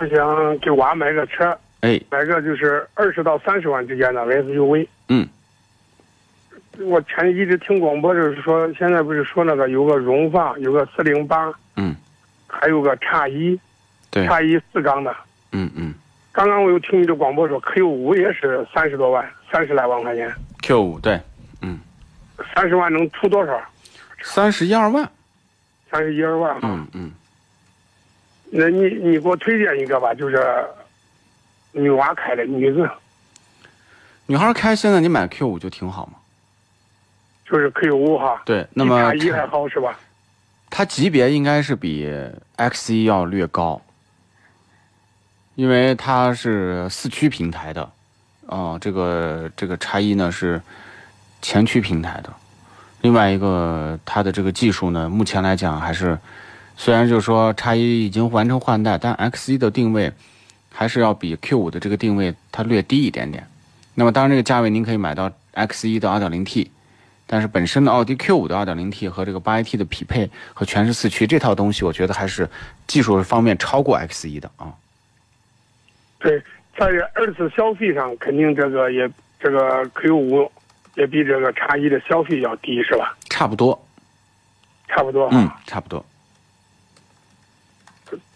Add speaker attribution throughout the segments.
Speaker 1: 我想给娃买个车，
Speaker 2: 哎，
Speaker 1: 买个就是二十到三十万之间的 SUV。
Speaker 2: 嗯，
Speaker 1: 我前一直听广播，就是说现在不是说那个有个荣放，有个四零八，
Speaker 2: 嗯，
Speaker 1: 还有个叉一，
Speaker 2: 对，
Speaker 1: 叉一四缸的。
Speaker 2: 嗯嗯
Speaker 1: 刚刚我又听你的广播说 Q 五也是三十多万，三十来万块钱，
Speaker 2: ，Q 五对，
Speaker 1: 三十万能出多少？
Speaker 2: 三十一二万，
Speaker 1: 三十一二万哈。
Speaker 2: 嗯嗯，
Speaker 1: 那你你给我推荐一个吧，就是女娃开的女子，
Speaker 2: 女孩开现在你买 Q 五就挺好嘛，
Speaker 1: 就是 Q 五哈。
Speaker 2: 对，那么
Speaker 1: 比叉一还好是吧？
Speaker 2: 它级别应该是比 X 一要略高，因为它是四驱平台的，啊、这个这个叉一呢是前驱平台的，另外一个它的这个技术呢，目前来讲还是，虽然就是说叉一已经完成换代，但 X 一的定位还是要比 Q 五的这个定位它略低一点点。那么当然这个价位您可以买到 X 一的 2.0T，但是本身的奥迪 Q 五的 2.0T 和这个 8AT 的匹配和全时四驱这套东西，我觉得还是技术方面超过 X 一的啊。
Speaker 1: 对，在二次消费上，肯定这个也这个 Q 五也比这个叉一的消费要低，是吧？
Speaker 2: 差不多，
Speaker 1: 差不多。
Speaker 2: 嗯，差不多。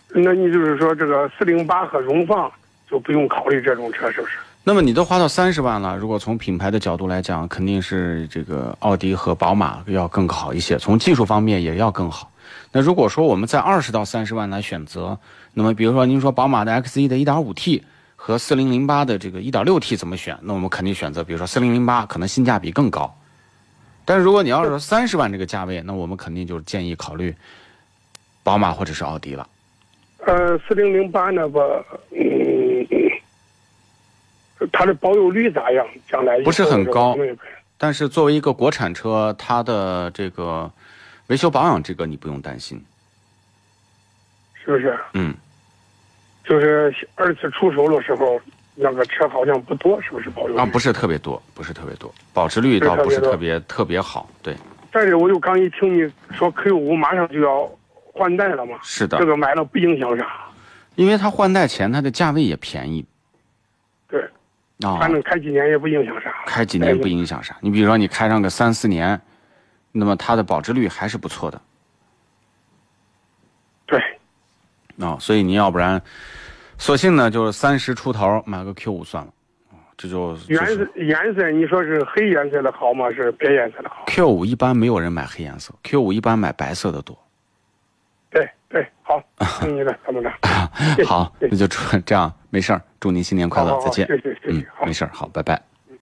Speaker 1: 那你就是说，这个四零八和荣放就不用考虑这种车，是不是？
Speaker 2: 那么你都花到三十万了，如果从品牌的角度来讲，肯定是这个奥迪和宝马要更好一些，从技术方面也要更好。那如果说我们在二十到三十万来选择，那么比如说您说宝马的 X E 1的 1.5T 和4008的这个 1.6T 怎么选？那我们肯定选择，比如说4008可能性价比更高。但是如果你要是说三十万这个价位，那我们肯定就是建议考虑宝马或者是奥迪了。
Speaker 1: 呃，四零零八呢吧，嗯，它的保有率咋样？将来
Speaker 2: 不是很高
Speaker 1: 有没有
Speaker 2: 但是作为一个国产车，它的这个维修保养这个你不用担心。
Speaker 1: 是不是？
Speaker 2: 嗯，
Speaker 1: 就是二次出手的时候，那个车好像不多，是不是保有率？
Speaker 2: 啊，不是特别多，不是特别多，保值率倒不是特别特别好。对，
Speaker 1: 但是我就刚一听你说 Q 五马上就要换代了嘛，
Speaker 2: 是的
Speaker 1: 这，个买了不影响啥，
Speaker 2: 因为它换代前它的价位也便宜
Speaker 1: 对，
Speaker 2: 啊
Speaker 1: 反，正开几年也不影响啥。
Speaker 2: 开几年不影响啥。你比如说你开上个三四年，那么它的保值率还是不错的
Speaker 1: 对，
Speaker 2: 啊。所以你要不然，索性呢就是三十出头买个 Q 五算了，啊这就就
Speaker 1: 颜色
Speaker 2: 是
Speaker 1: 颜色，你说是黑颜色的好吗？是白颜色的好？
Speaker 2: Q 五一般没有人买黑颜色，Q 五一般买白色的多。
Speaker 1: 对对， 好，听你的，参谋长。谢谢
Speaker 2: 好，
Speaker 1: 谢谢
Speaker 2: 那就祝这样没事儿，祝您新年快乐
Speaker 1: 好，好
Speaker 2: 再见
Speaker 1: 谢谢。谢
Speaker 2: 嗯
Speaker 1: 谢，好
Speaker 2: 没。事儿，好，拜拜。